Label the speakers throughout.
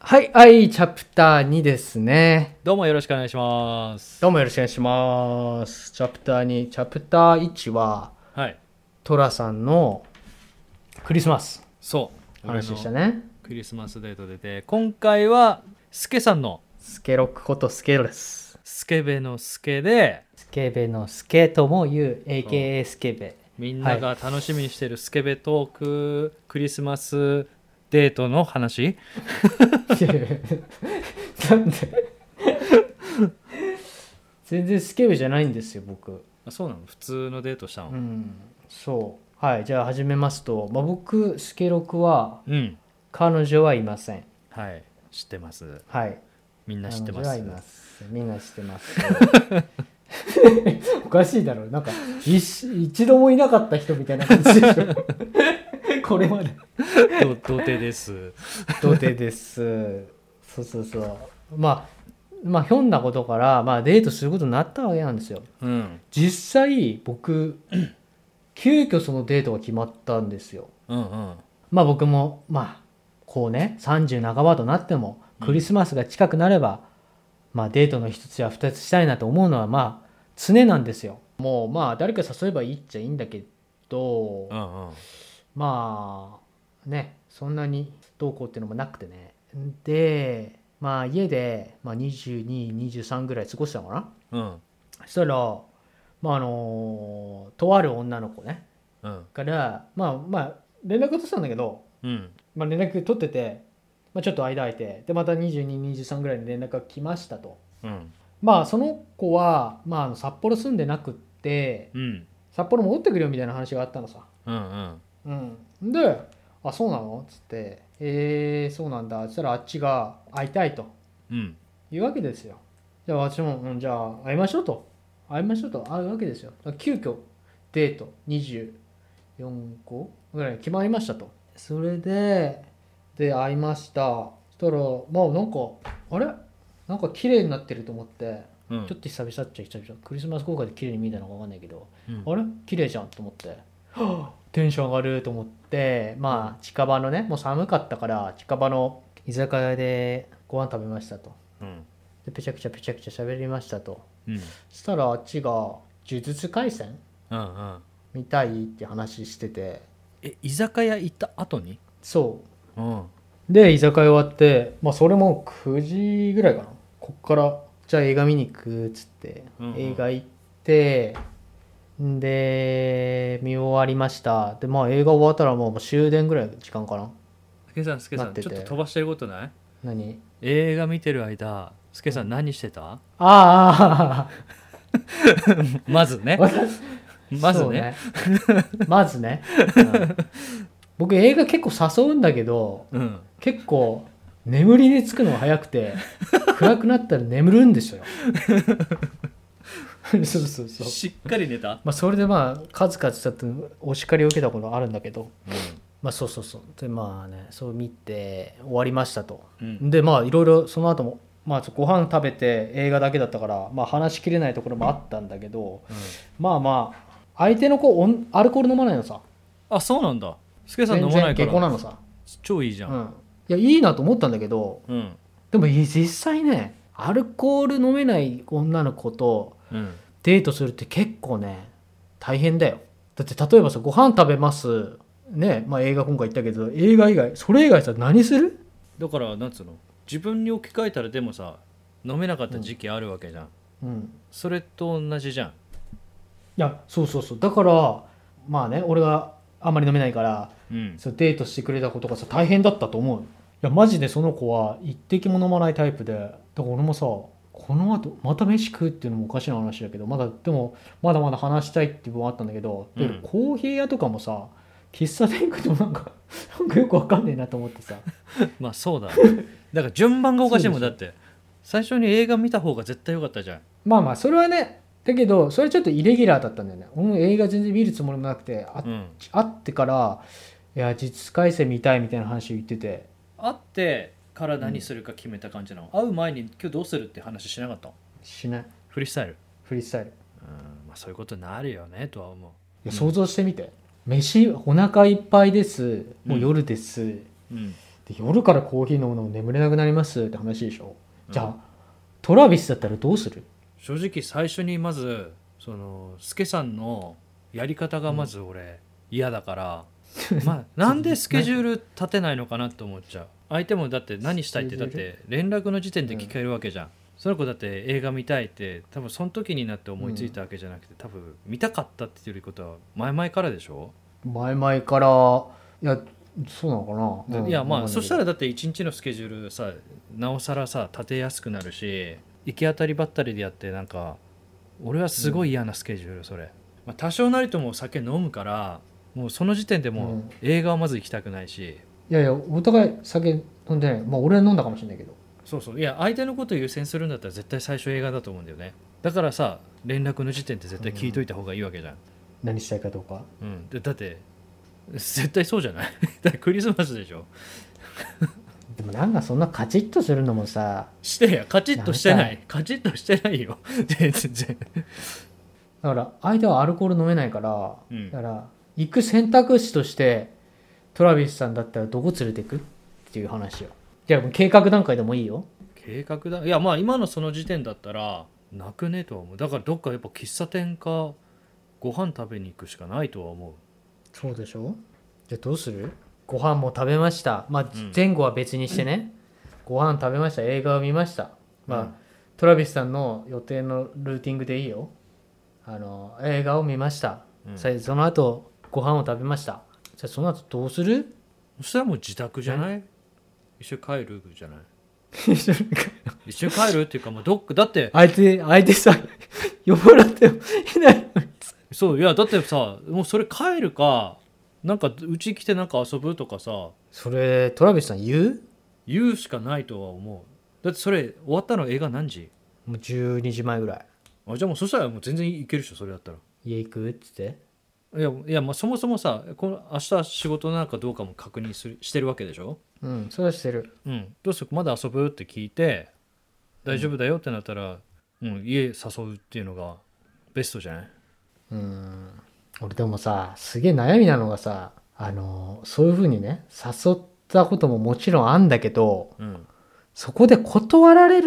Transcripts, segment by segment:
Speaker 1: はい、はい、チャプター2ですね。
Speaker 2: どうもよろしくお願いします。
Speaker 1: どうもよろしくお願いします。チャプター2。チャプター1は、
Speaker 2: はい。
Speaker 1: トラさんのクリスマス
Speaker 2: そう。
Speaker 1: 話でした
Speaker 2: 俺の
Speaker 1: ね。
Speaker 2: クリスマスデート出て、今回は、スケさんの、
Speaker 1: スケロックことスケロです。
Speaker 2: スケベのスケで、
Speaker 1: スケベのスケとも言う、AKA スケベ。
Speaker 2: みんなが楽しみにしてるスケベトーク、クリスマスデートの話
Speaker 1: いやいやなんで全然スケベじゃないんですよ、僕。
Speaker 2: あそうなの普通のデートした
Speaker 1: う
Speaker 2: の
Speaker 1: ん、そう。はい、じゃあ始めますと、まあ、僕、スケロクは
Speaker 2: うん。
Speaker 1: 彼女はいません。
Speaker 2: はい。知ってます。
Speaker 1: はい。
Speaker 2: みんな知ってま
Speaker 1: 彼女は
Speaker 2: す。
Speaker 1: います。みんな知って ます。おかしいだろう。なんか一一度もいなかった人みたいな感じ でしょ。これまで。
Speaker 2: 童童貞です。
Speaker 1: 童貞です。そうそうそう。まあまあひょんなことからまあデートすることになったわけなんですよ。
Speaker 2: うん。
Speaker 1: 実際僕 急遽そのデートが決まったんですよ。
Speaker 2: うんうん。
Speaker 1: まあ僕もまあこうね30半ばとなってもクリスマスが近くなれば、まあデートの一つや二つしたいなと思うのはまあ常なんですよもうまあ誰か誘えばいいっちゃいいんだけど、
Speaker 2: うんうん。
Speaker 1: まあねそんなにどうこうっていうのもなくてねでまあ家で、まあ、2223ぐらい過ごしたのかな
Speaker 2: うん。
Speaker 1: そしたらまああのとある女の子ね
Speaker 2: うん。
Speaker 1: からまあまあ連絡取ってたんだけど
Speaker 2: うん。
Speaker 1: まあ、連絡取ってて、まあ、ちょっと間空いてでまた2223ぐらいに連絡が来ましたと
Speaker 2: うん。
Speaker 1: まあその子は、まああの、札幌住んでなくって
Speaker 2: うん。
Speaker 1: 札幌戻ってくるよみたいな話があったのさ、
Speaker 2: うんうん。
Speaker 1: うん、で「あそうなの?」っつって「えー、そうなんだ」そしたらあっちが「会いたい」と
Speaker 2: うん。
Speaker 1: いうわけですよじゃあ私も、うん、じゃあ会いましょうと会いましょうと会うわけですよだから急遽デート24個ぐらいに決まりましたとそれでで会いましたそしたらまあなんかあれなんか綺麗になってると思って、
Speaker 2: うん
Speaker 1: ちょっと久々っちゃ久々クリスマス効果で綺麗に見えたのか分かんないけど、
Speaker 2: うん
Speaker 1: あれ綺麗じゃんと思ってはぁテンション上がると思ってまあ近場のねもう寒かったから近場の居酒屋でご飯食べましたと
Speaker 2: うん。
Speaker 1: でぺちゃくちゃぺちゃくちゃ喋りましたと
Speaker 2: うん。
Speaker 1: そしたらあっちが「呪術廻戦
Speaker 2: うんうん。
Speaker 1: 見たい?」って話してて
Speaker 2: え、居酒屋行った後に
Speaker 1: そ
Speaker 2: うん。
Speaker 1: うで居酒屋終わってまあそれも9時ぐらいかなこっからじゃあ映画見に行くっつって、
Speaker 2: うんうん
Speaker 1: 映画行ってんで見終わりましたでまあ映画終わったらもうもう終電ぐらいの時間かな
Speaker 2: けさん、すけさ
Speaker 1: なっ
Speaker 2: ん、
Speaker 1: て
Speaker 2: ち
Speaker 1: て
Speaker 2: ょっと飛ばしてることない
Speaker 1: 何
Speaker 2: 映画見てる間、すけさん何してた
Speaker 1: あ
Speaker 2: まずね
Speaker 1: あ。私
Speaker 2: まず
Speaker 1: そう
Speaker 2: ね。
Speaker 1: まずね、うん僕映画結構誘うんだけど
Speaker 2: うん。
Speaker 1: 結構眠りにつくのが早く て暗くなったら眠るんですよ そうそうそう、
Speaker 2: しっかり寝た
Speaker 1: まあ、それでまあ数々ちょっとお叱りを受けたことあるんだけどまあそうそうそうでまあねそう見て終わりましたと
Speaker 2: うん。うん。
Speaker 1: でまあいろいろその後もまあちょっとご飯食べて映画だけだったからまあ話しきれないところもあったんだけどまあまあ相手の子おんアルコール飲まないのさ
Speaker 2: あ、そうなんだ。すけさん飲
Speaker 1: 全
Speaker 2: まな
Speaker 1: 然
Speaker 2: い
Speaker 1: 下
Speaker 2: か
Speaker 1: 戸な
Speaker 2: ら。
Speaker 1: のさ
Speaker 2: 超いいじゃ。
Speaker 1: うんんいやいいなと思ったんだけど
Speaker 2: うん。
Speaker 1: でもい実際ねアルコール飲めない女の子と
Speaker 2: うん。
Speaker 1: デートするって結構ね大変だよだって例えばさご飯食べますねまあ映画今回行ったけど映画以外それ以外さ何する
Speaker 2: だから、なんつうの自分に置き換えたら、でもさ、飲めなかった時期あるわけじゃん。
Speaker 1: うん
Speaker 2: それと同じじゃん。
Speaker 1: いやそうそうそうだからまあね俺があんまり飲めないから
Speaker 2: うん。
Speaker 1: そうデートしてくれたことがさ大変だったと思ういやマジでその子は一滴も飲まないタイプでだから俺もさこの後また飯食うっていうのもおかしな話だけどまだでもまだまだ話したいっていう部分はあったんだけど、で
Speaker 2: うん
Speaker 1: コーヒー屋とかもさ喫茶店行くとなんか なんかよくわかんねえなと思ってさ
Speaker 2: まあそう だだから順番がおかしいもん
Speaker 1: そ
Speaker 2: だ
Speaker 1: う
Speaker 2: って最初に映画見た方が絶対良かったじゃん
Speaker 1: まあまあそれはねだけどそれちょっとイレギュラーだったんだよね俺も映画全然見るつもりもなくてあ
Speaker 2: うん
Speaker 1: 会ってからいや実改正見たいみたいな話を言ってて
Speaker 2: 会ってから何するか決めた感じなの、会う前に今日どうするって話しなかったの
Speaker 1: しない
Speaker 2: フリースタイル
Speaker 1: フリースタイルい
Speaker 2: うんまあそういうことになるよねとは思
Speaker 1: や想像してみて、飯お腹いっぱいですもう夜です、
Speaker 2: ううん
Speaker 1: で夜からコーヒー飲むのも眠れなくなりますって話でしょじゃあ、トラビスだったらどうする
Speaker 2: 正直最初にまずそのスケさんのやり方がまず俺嫌だから、 まあ、なんでスケジュール立てないのかなって思っちゃう相手もだって何したいって
Speaker 1: スケ
Speaker 2: だっ
Speaker 1: ジュー
Speaker 2: て連絡の時点で聞けるわけじゃん、その子だって映画見たいって多分その時になって思いついたわけじゃなくて、多分見たかったっていうことは前々からでしょ、
Speaker 1: 前々からいやそうなのかな、うん
Speaker 2: いやまあそした
Speaker 1: ら
Speaker 2: らだって一日のスケジュールさなおさらさ立てやすくなるし行き当たりばったりでやってなんか俺はすごい嫌なスケジュールそれ、まあ、多少なりともお酒飲むからもうその時点で
Speaker 1: う
Speaker 2: も
Speaker 1: ん
Speaker 2: う映画はまず行きたくないし、
Speaker 1: いやいやお互い酒飲んでないまあ俺は飲んだかもしれないけど
Speaker 2: そうそういや相手のことを優先するんだったら絶対最初映画だと思うんだよねだからさ連絡の時点で絶対聞いといた方がいいわけじゃん、
Speaker 1: 何したいかどうか
Speaker 2: うんでだって絶対そうじゃない だってクリスマスでしょ
Speaker 1: でもなんかそんなカチッとするのもさ
Speaker 2: してやカチッとしてな
Speaker 1: なん
Speaker 2: いカチッとしてないよ 全然
Speaker 1: だから相手はアルコール飲めないから、
Speaker 2: うん
Speaker 1: だから行く選択肢としてトラビスさんだったらどこ連れてくっていう話よいやもう計画段階でもいいよ
Speaker 2: 計画だいやまあ今のその時点だったらなくねとは思うだからどっかやっぱ喫茶店かご飯食べに行くしかないとは思
Speaker 1: そうでしょじゃあどうするご飯も食べましたまあ
Speaker 2: うん
Speaker 1: 前後は別にしてね、ご飯食べました映画を見ましたまあ、
Speaker 2: うん
Speaker 1: トラビスさんの予定のルーティングでいいよあの映画を見ました、
Speaker 2: うん
Speaker 1: さその後ご飯を食べましたじゃあその後どうする
Speaker 2: うそしたらもう自宅じゃない一緒に帰るじゃない 一緒に帰るっていうかもうどっかだって
Speaker 1: 相手相手さ 呼ばれてもいないのにさ
Speaker 2: そういやだってさもうそれ帰るかなんかうち来てなんか遊ぶとかさ
Speaker 1: それトラビスさん言う
Speaker 2: 言うしかないとは思うだってそれ終わったの映画何時
Speaker 1: もう12時前ぐらい
Speaker 2: あじゃあもうそしたらもう全然行けるでしょそれだったら
Speaker 1: 家行くっつって
Speaker 2: いやいやまあそもそもさこの明日仕事なのかどうかも確認するしてるわけでしょ
Speaker 1: うんそれはしてる
Speaker 2: うん、どうするまだ遊ぶって聞いて大丈夫だよってなったら、うん家誘うっていうのがベストじゃない
Speaker 1: うん俺でもさすげえ悩みなのがさあのそういうふうにね誘ったことももちろんあんだけど
Speaker 2: うん
Speaker 1: そこで断られ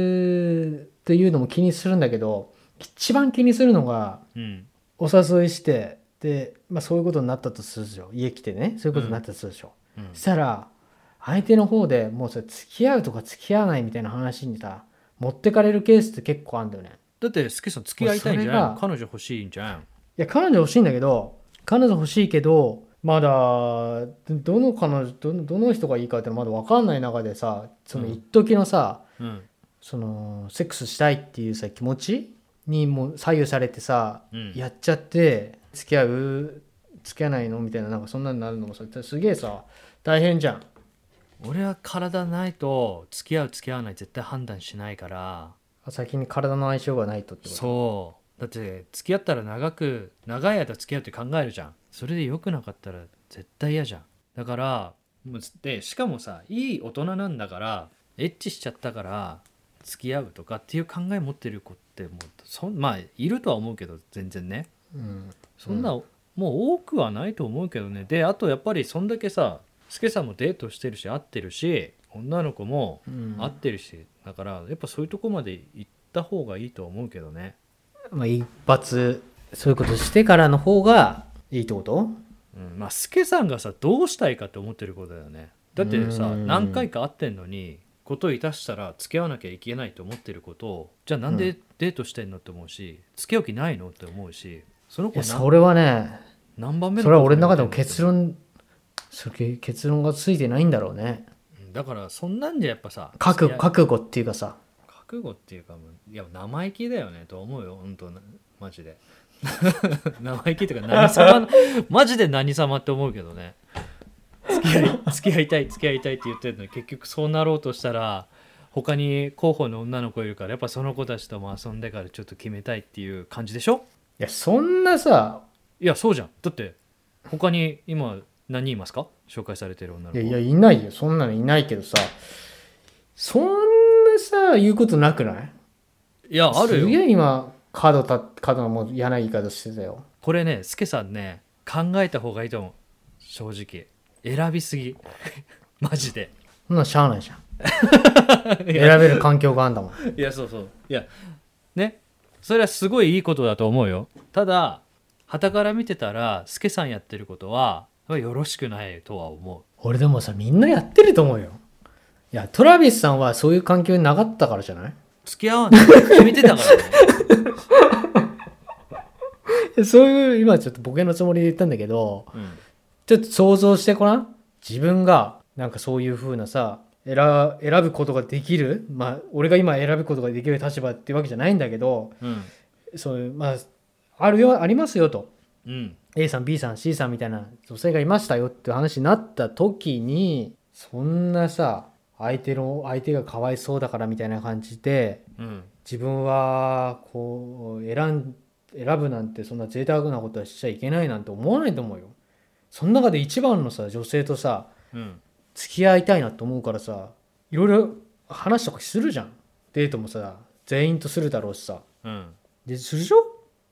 Speaker 1: るっていうのも気にするんだけど一番気にするのが
Speaker 2: うん
Speaker 1: お誘いしてで、まあ、そういうことになったとするでしょ家来てねそういうことになったとするでしょ、
Speaker 2: うん
Speaker 1: したら相手の方でもうそれ付き合うとか付き合わないみたいな話にさ持ってかれるケースって結構あるんだよね
Speaker 2: だってスケさん付き合いたいんじゃ
Speaker 1: もう
Speaker 2: ない
Speaker 1: それが
Speaker 2: 彼女欲しいんじゃん
Speaker 1: いや彼女欲しいんだけど彼女欲しいけどまだどどの彼女どのどの人がいいかってのまだ分かんない中でさその
Speaker 2: うん
Speaker 1: 一時のさ、
Speaker 2: うん
Speaker 1: そのセックスしたいっていうさ気持ちにもう左右されてさ
Speaker 2: うん
Speaker 1: やっちゃって付き合う付き合わないのみたいななんかそんなになるのもさすげえさ大変じゃん
Speaker 2: 俺は体ないと付き合う付き合わない絶対判断しないから
Speaker 1: 先に体の相性がないとってこと
Speaker 2: そうだって付き合ったら長く長い間付き合うって考えるじゃんそれで良くなかったら絶対嫌じゃんだからもうでしかもさいい大人なんだからエッチしちゃったから付き合うとかっていう考え持ってる子ってもうそんまあいるとは思うけど全然ね
Speaker 1: うん
Speaker 2: そんな、もう多くはないと思うけどねであとやっぱりそんだけさスケさんもデートしてるし会ってるし女の子も
Speaker 1: うん
Speaker 2: 会ってるし、だからやっぱそういうとこまで行った方がいいとは思うけどね、
Speaker 1: まあ、一発そういうことしてからの方がいいってこと
Speaker 2: うん、まあ助さんがさどうしたいかって思ってることだよねだってさ
Speaker 1: うん
Speaker 2: 何回か会ってんのにことをいたしたら付き合わなきゃいけないと思ってることをじゃあなん
Speaker 1: う
Speaker 2: でデートしてんのって思うし、付き合う気ないのって思うしその
Speaker 1: い
Speaker 2: 子
Speaker 1: や
Speaker 2: な
Speaker 1: それはね
Speaker 2: 何番目の
Speaker 1: それは俺の中でも結
Speaker 2: 論、
Speaker 1: 論それ結論がついてないんだろうね
Speaker 2: うんだからそんなんじゃやっぱさ
Speaker 1: 覚
Speaker 2: 付き合い
Speaker 1: 覚悟っていうかさ
Speaker 2: 覚悟っていうかもういや生意気だよねと思うよ本当なマジで 生意気というか何様の マジで何様って思うけどね付き合い付き合いたい付き合いたいって言ってるのに結局そうなろうとしたら他に候補の女の子いるからやっぱその子たちとも遊んでからちょっと決めたいっていう感じでしょ
Speaker 1: いやそんなさ
Speaker 2: いやそうじゃんだって他に今何人いますか紹介されてる女の
Speaker 1: い
Speaker 2: 子
Speaker 1: やいやいないよそんなのいないけどさそんなさ言うことなくない
Speaker 2: いやある
Speaker 1: す
Speaker 2: よ
Speaker 1: げえ今角た角のもう嫌な言い方してたよ
Speaker 2: これねスケさんね考えた方がいいと思う正直選びすぎ マジで
Speaker 1: そんなんしゃあ ないじゃん
Speaker 2: い
Speaker 1: 選
Speaker 2: や
Speaker 1: べる環境があんだもん
Speaker 2: いやそうそういやねそれはすごいいいことだと思うよただ傍から見てたらスケさんやってることはよろしくないとは思
Speaker 1: 俺でもさみんなやってると思うよいやトラビスさんはそういう環境になかったからじゃないう
Speaker 2: 付き合わない 決めてたから ね
Speaker 1: そういう、今ちょっとボケのつもりで言ったんだけど、
Speaker 2: うん
Speaker 1: ちょっと想像してごらん。自分が、なんかそういう風なさ、選選ぶことができる、まあ、俺が今選ぶことができる立場ってわけじゃないんだけど、
Speaker 2: うん
Speaker 1: そういう、まあ、あるよ、ありますよと。
Speaker 2: うん、
Speaker 1: A さん、B さん、C さんみたいな女性がいましたよっていう話になった時に、そんなさ、相手の、相手がかわいそうだからみたいな感じで、
Speaker 2: うん、
Speaker 1: 自分はこう選ん選ぶなんてそんな贅沢なことはしちゃいけないなんて思わないと思うよその中で一番のさ女性とさ
Speaker 2: うん、
Speaker 1: 付き合いたいなと思うからさいろいろ話とかするじゃんデートもさ全員とするだろうしさ
Speaker 2: うん。
Speaker 1: でするでしょ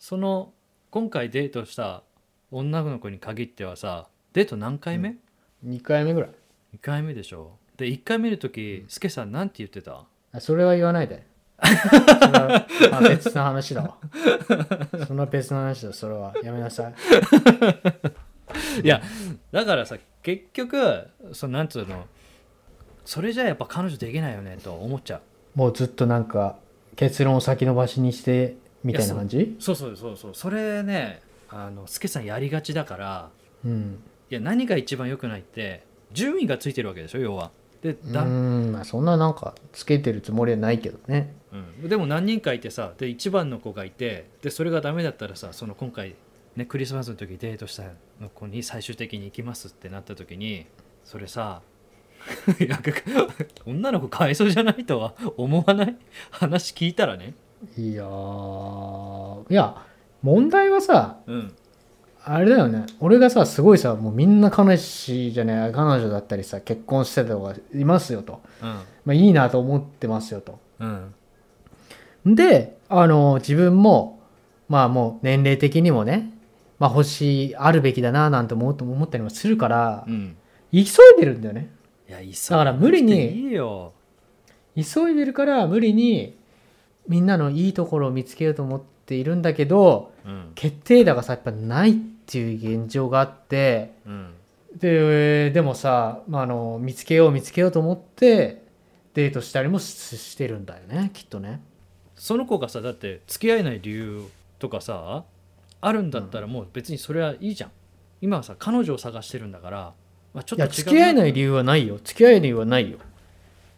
Speaker 2: その今回デートした女の子に限ってはさデート何回目、
Speaker 1: 2回目ぐらい
Speaker 2: ?2 回目でしょで1回目の時スケさんなんて言ってた
Speaker 1: あそれは言わないでそれは あ別の話だわその別の話だそれはやめなさい
Speaker 2: いやだからさ結局そのなんつうのそれじゃやっぱ彼女できないよねと思っちゃう
Speaker 1: もうずっとなんか結論を先延ばしにしてみたいな感じ
Speaker 2: そうそうそうそうそれねあのスケさんやりがちだから
Speaker 1: うん
Speaker 2: いや何が一番良くないって順位がついてるわけでしょ要はで
Speaker 1: う
Speaker 2: だ、
Speaker 1: んまあそんななんかつけてるつもりはないけどね
Speaker 2: うんでも何人かいてさで1番の子がいてでそれがダメだったらさその今回、ね、クリスマスの時デートしたの子に最終的に行きますってなった時にそれさ いや女の子かわいそうじゃないとは思わない話聞いたらね
Speaker 1: いやーいや問題はさ
Speaker 2: うん
Speaker 1: あれだよね俺がさすごいさもうみんな彼氏じゃない彼女だったりさ結婚してた子がいますよと、
Speaker 2: うん
Speaker 1: まあ、いいなと思ってますよと
Speaker 2: うん
Speaker 1: であの自分もまあもう年齢的にもねまあ欲しいあるべきだななんて思う思ったりもするから、
Speaker 2: うん
Speaker 1: 急いでるんだよね
Speaker 2: いやいっそ
Speaker 1: だから無理に
Speaker 2: いいよ
Speaker 1: 急いでるから無理にみんなのいいところを見つけようと思っているんだけど
Speaker 2: うん
Speaker 1: 決定打がさやっぱないっていう現状があって
Speaker 2: うん
Speaker 1: ででもさ、まあ、あの見つけよう見つけようと思ってデートしたりもししてるんだよねきっとね
Speaker 2: その子がさだって付き合えない理由とかさあるんだったらもう別にそれはいいじゃん今はさ彼女を探してるんだから、まあ、ちょ
Speaker 1: い
Speaker 2: っと違
Speaker 1: や
Speaker 2: う
Speaker 1: 付き合えない理由はないよ付き合えない理由はないよ、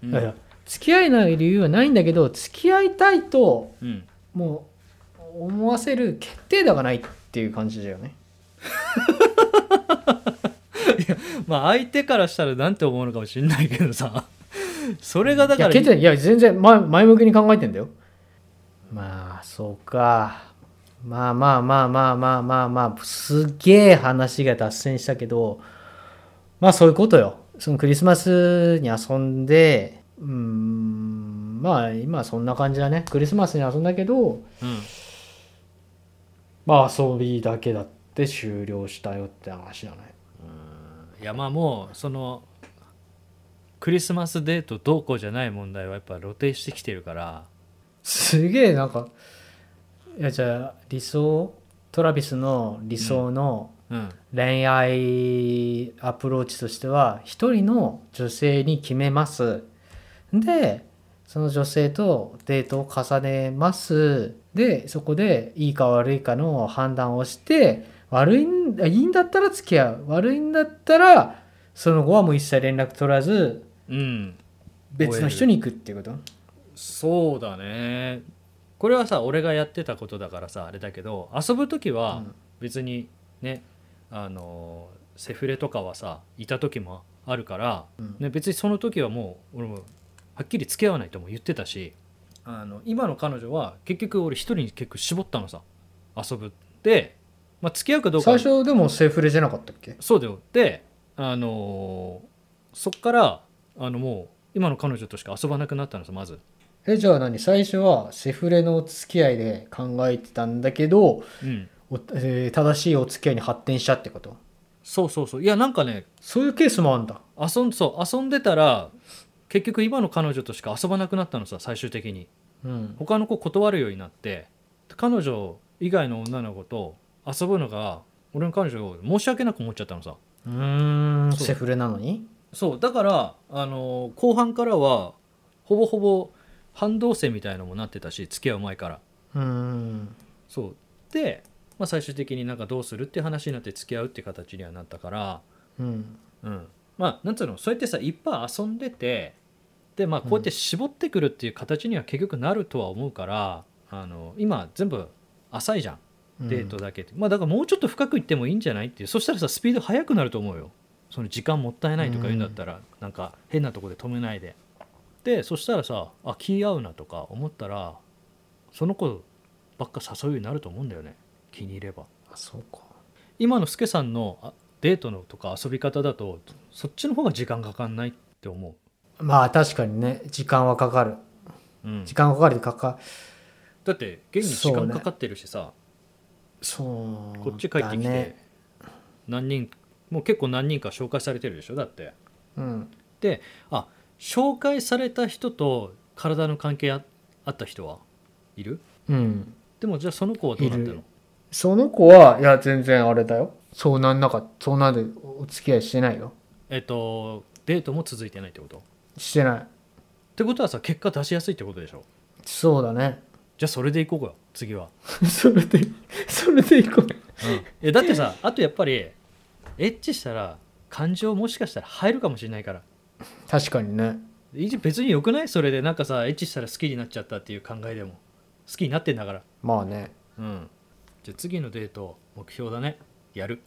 Speaker 2: うん
Speaker 1: いやいや付き合えない理由はないんだけど付き合いたいと
Speaker 2: うん
Speaker 1: もう思わせる決定打がないっていう感じだよね
Speaker 2: まあ相手からしたらなんて思うのかもしれないけどさ それがだ
Speaker 1: い
Speaker 2: か
Speaker 1: や
Speaker 2: ら
Speaker 1: 決定いや全然前前向きに考えてんだよまあそうかまあまあまあまあまあまあまあすげえ話が脱線したけどまあそういうことよそのクリスマスに遊んでうーんまあ今はそんな感じだねクリスマスに遊んだけど
Speaker 2: うん
Speaker 1: まあ遊びだけだって終了したよって話じゃない
Speaker 2: いやまあもうそのクリスマスデートどうこうじゃない問題はやっぱ露呈してきてるから
Speaker 1: すげえなんかいやじゃあ理想トラビスの理想の、
Speaker 2: うん
Speaker 1: 恋愛アプローチとしては一人の女性に決めますでその女性とデートを重ねますでそこでいいか悪いかの判断をして悪いんいいんだったら付き合う悪いんだったらその後はもう一切連絡取らず
Speaker 2: うん
Speaker 1: 別の人に行くっていうこと
Speaker 2: そうだねこれはさ俺がやってたことだからさあれだけど遊ぶ時
Speaker 1: う
Speaker 2: は
Speaker 1: ん
Speaker 2: 別にね、あのセフレとかはさいた時もあるから、
Speaker 1: うん
Speaker 2: ね、別にその時はもう俺もはっきり付き合わないとも言ってたしあの今の彼女は結局俺一人に結構絞ったのさ遊ぶで、まあ、付き合うかどうか
Speaker 1: 最
Speaker 2: は
Speaker 1: 初でもセーフレじゃなかったっけ
Speaker 2: そうだよであのそっからあのもう今の彼女としか遊ばなくなったのさまず。
Speaker 1: えじゃあ何最初はセフレの付き合いで考えてたんだけど
Speaker 2: うん
Speaker 1: おえー正しいお付き合いに発展したってこと
Speaker 2: そうそうそういやなんかね
Speaker 1: そういうケースもあるんだ
Speaker 2: 遊んそう遊んでたら結局今の彼女としか遊ばなくなったのさ最終的に
Speaker 1: うん
Speaker 2: 他の子断るようになって彼女以外の女の子と遊ぶのが俺の彼女を申し訳なく思っちゃったのさ
Speaker 1: うーん
Speaker 2: そう
Speaker 1: セフレなのに
Speaker 2: そうだからあの後半からはほぼほぼ半同棲みたいのもなってたし付き合う前から
Speaker 1: うーん
Speaker 2: そうで、まあ、最終的になんかどうするって話になって付き合うって形にはなったから
Speaker 1: うん
Speaker 2: うんまあなんつうのそうやってさいっぱい遊んでてでまあこうやって絞ってくるっていう形には結局なるとは思うから、あの今全部浅いじゃんデートだけって、まあだからもうちょっと深くいってもいいんじゃないっていうそしたらさスピード速くなると思うよその時間もったいないとか言うんだったら、なんか変なとこで止めないででそしたらさあ気合うなとか思ったらその子ばっか誘うようになると思うんだよね気に入れば
Speaker 1: あそうか
Speaker 2: 今のスケさんのあデートのとか遊び方だとそっちの方が時間かかんないって思
Speaker 1: まあ確かにね時間はかかる
Speaker 2: う、うん
Speaker 1: 時間はかかるでかか
Speaker 2: だって現に時間かかってるしさ、
Speaker 1: そう
Speaker 2: こっち帰ってきて、
Speaker 1: だね
Speaker 2: 何人もう結構何人か紹介されてるでしょだって
Speaker 1: うん
Speaker 2: であ紹介された人と体の関係ああった人はいる
Speaker 1: うん
Speaker 2: でもじゃあその子はどうなってる
Speaker 1: い
Speaker 2: の
Speaker 1: るその子はいや全然あれだよそうなんなかそうなんでお付き合いしてないよ
Speaker 2: えっとデートも続いてないってことっ
Speaker 1: してない
Speaker 2: てことはさ結果出しやすいってことでしょ
Speaker 1: そうだね
Speaker 2: じゃあそれでいこうか次は、
Speaker 1: それでそれでいこう
Speaker 2: うん、 えだってさあとやっぱりエッチしたら感情もしかしたら入るかもしれないから
Speaker 1: 確かにね
Speaker 2: いいじゃん別によくないそれでなんかさエッチしたら好きになっちゃったっていう考えでも好きになってんだから
Speaker 1: まあね
Speaker 2: うんじゃあ次のデート目標だねやる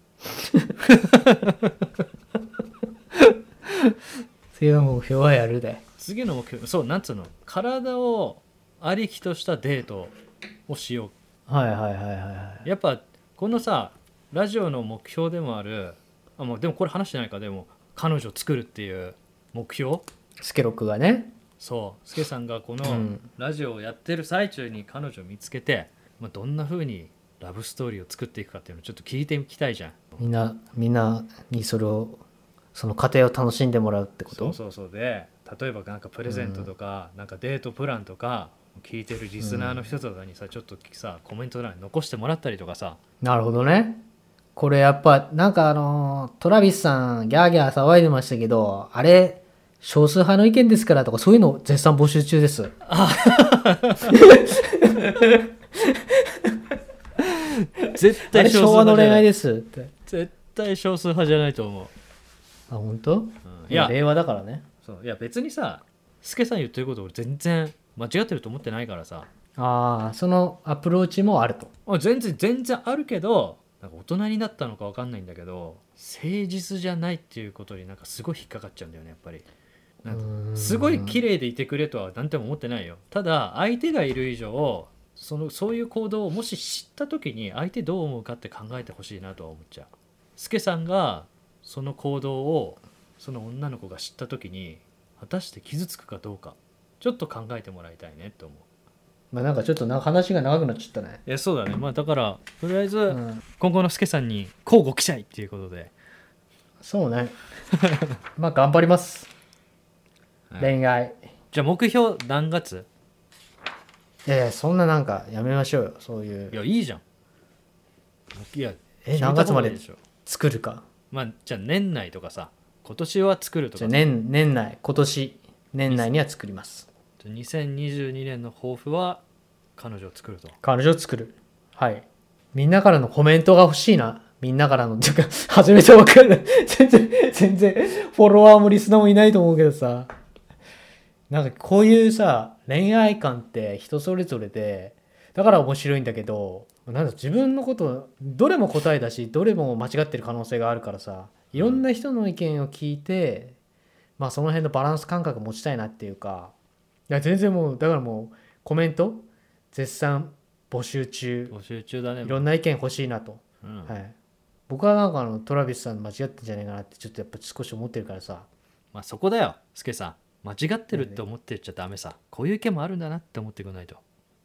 Speaker 1: 次の目標はやるで
Speaker 2: 次の目標そうなんつうの体をありきとしたデートをしよ
Speaker 1: はいはいはいはいは
Speaker 2: うやっぱこのさラジオの目標でもあるあもうでもこれ話してないかでも彼女作るっていう目標
Speaker 1: いスケロクがね
Speaker 2: そうスケさんがこの
Speaker 1: うん
Speaker 2: ラジオをやってる最中に彼女を見つけて、まあ、どんな風にラブストーリーを作っていくかっていうのをちょっと聞いてみたいじゃん
Speaker 1: みんなみんなにそれをその過程を楽しんでもらうってこと
Speaker 2: そうそうそうで例えばなんかプレゼントとか、なんかデートプランとか聞いてるリスナーの人とかにさ、ちょっとさコメント欄に残してもらったりとかさ
Speaker 1: なるほどねこれやっぱなんかあのートラビスさんギャーギャー騒いでましたけどあれ少数派の意見ですからとかそういうの絶賛募集中です
Speaker 2: 絶
Speaker 1: あれ
Speaker 2: 対少数
Speaker 1: 昭和の恋
Speaker 2: 派じゃな
Speaker 1: 愛
Speaker 2: い
Speaker 1: ですって
Speaker 2: 絶対少数派じゃないと思う、
Speaker 1: あ本当
Speaker 2: うんい
Speaker 1: いや
Speaker 2: や
Speaker 1: 令和だからね
Speaker 2: そういや別にさスケさん言ってること俺全然間違ってると思ってないからさ
Speaker 1: ああそのアプローチもあると
Speaker 2: あ全然全然あるけどなんか大人になったのか分かんないんだけど誠実じゃないっていうことになんかすごい引っかかっちゃうんだよねやっぱりなんかすごい綺麗でいてくれとは何とも思ってないよただ相手がいる以上そのそういう行動をもし知った時に相手どう思うかって考えてほしいなとは思っちゃうスケさんがその行動をその女の子が知った時に果たして傷つくかどうかちょっと考えてもらいたいねって思う
Speaker 1: まあなんかちょっとな話が長くなっちゃったね
Speaker 2: いやそうだねまあだからとりあえず、
Speaker 1: うん
Speaker 2: 今後のスケさんに交互期待っていうことで、
Speaker 1: そうね まあ頑張ります恋愛
Speaker 2: じゃあ目標何月
Speaker 1: いやいやそんななんかやめましょうよそういう
Speaker 2: いやいいじゃんいや
Speaker 1: え
Speaker 2: 決めた
Speaker 1: 何月まで
Speaker 2: 方がいいしょ
Speaker 1: 作るか
Speaker 2: まあじゃあ年内とかさ今年は作ると
Speaker 1: じゃ
Speaker 2: か、
Speaker 1: あ年年内今年年内には作ります
Speaker 2: 2022年の抱負は彼女を作ると
Speaker 1: 彼女を作るはいみんなからのコメントが欲しいなみんなからのっていうか 初めて分かんない全然全然フォロワーもリスナーもいないと思うけどさなんかこういうさ恋愛観って人それぞれでだから面白いんだけどなんだ自分のことどれも答えだしどれも間違ってる可能性があるからさいろんな人の意見を聞いて、まあその辺のバランス感覚持ちたいなっていうかいや全然もうだからもうコメント絶賛募集中
Speaker 2: 募集中だね
Speaker 1: いろんな意見欲しいなと、
Speaker 2: うん
Speaker 1: はい、僕はなんかあのトラビスさん間違ってんじゃないかなってちょっとやっぱ少し思ってるからさ
Speaker 2: まあ、そこだよスケさん間違ってるって思ってちゃダメさこういう意見もあるんだなって思ってくれないと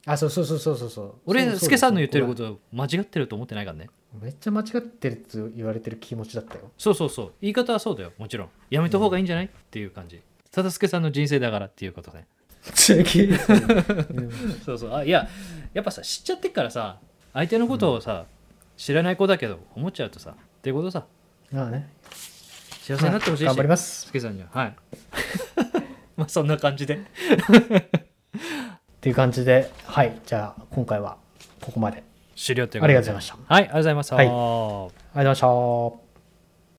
Speaker 1: あそうそうそうそうそうそう
Speaker 2: 俺
Speaker 1: そうそう
Speaker 2: スケさんの言ってること間違ってると思ってないからね
Speaker 1: めっちゃ間違ってるって言われてる気持ちだったよ
Speaker 2: そうそうそう言い方はそうだよもちろんやめた方がいいんじゃない、っていう感じ忠助さんの人生だからっていうことねそうそうあいややっぱさ知っちゃってっからさ相手のことをさ、知らない子だけど思っちゃうとさっていうことさ
Speaker 1: まあね
Speaker 2: 幸せになってほしいし、
Speaker 1: 頑張ります
Speaker 2: すけさんにははい まあそんな感じで
Speaker 1: っていう感じではいじゃあ今回はここまで
Speaker 2: 終了ということで
Speaker 1: ありがとうございました
Speaker 2: はいありがとうございました、
Speaker 1: はいありがとうございました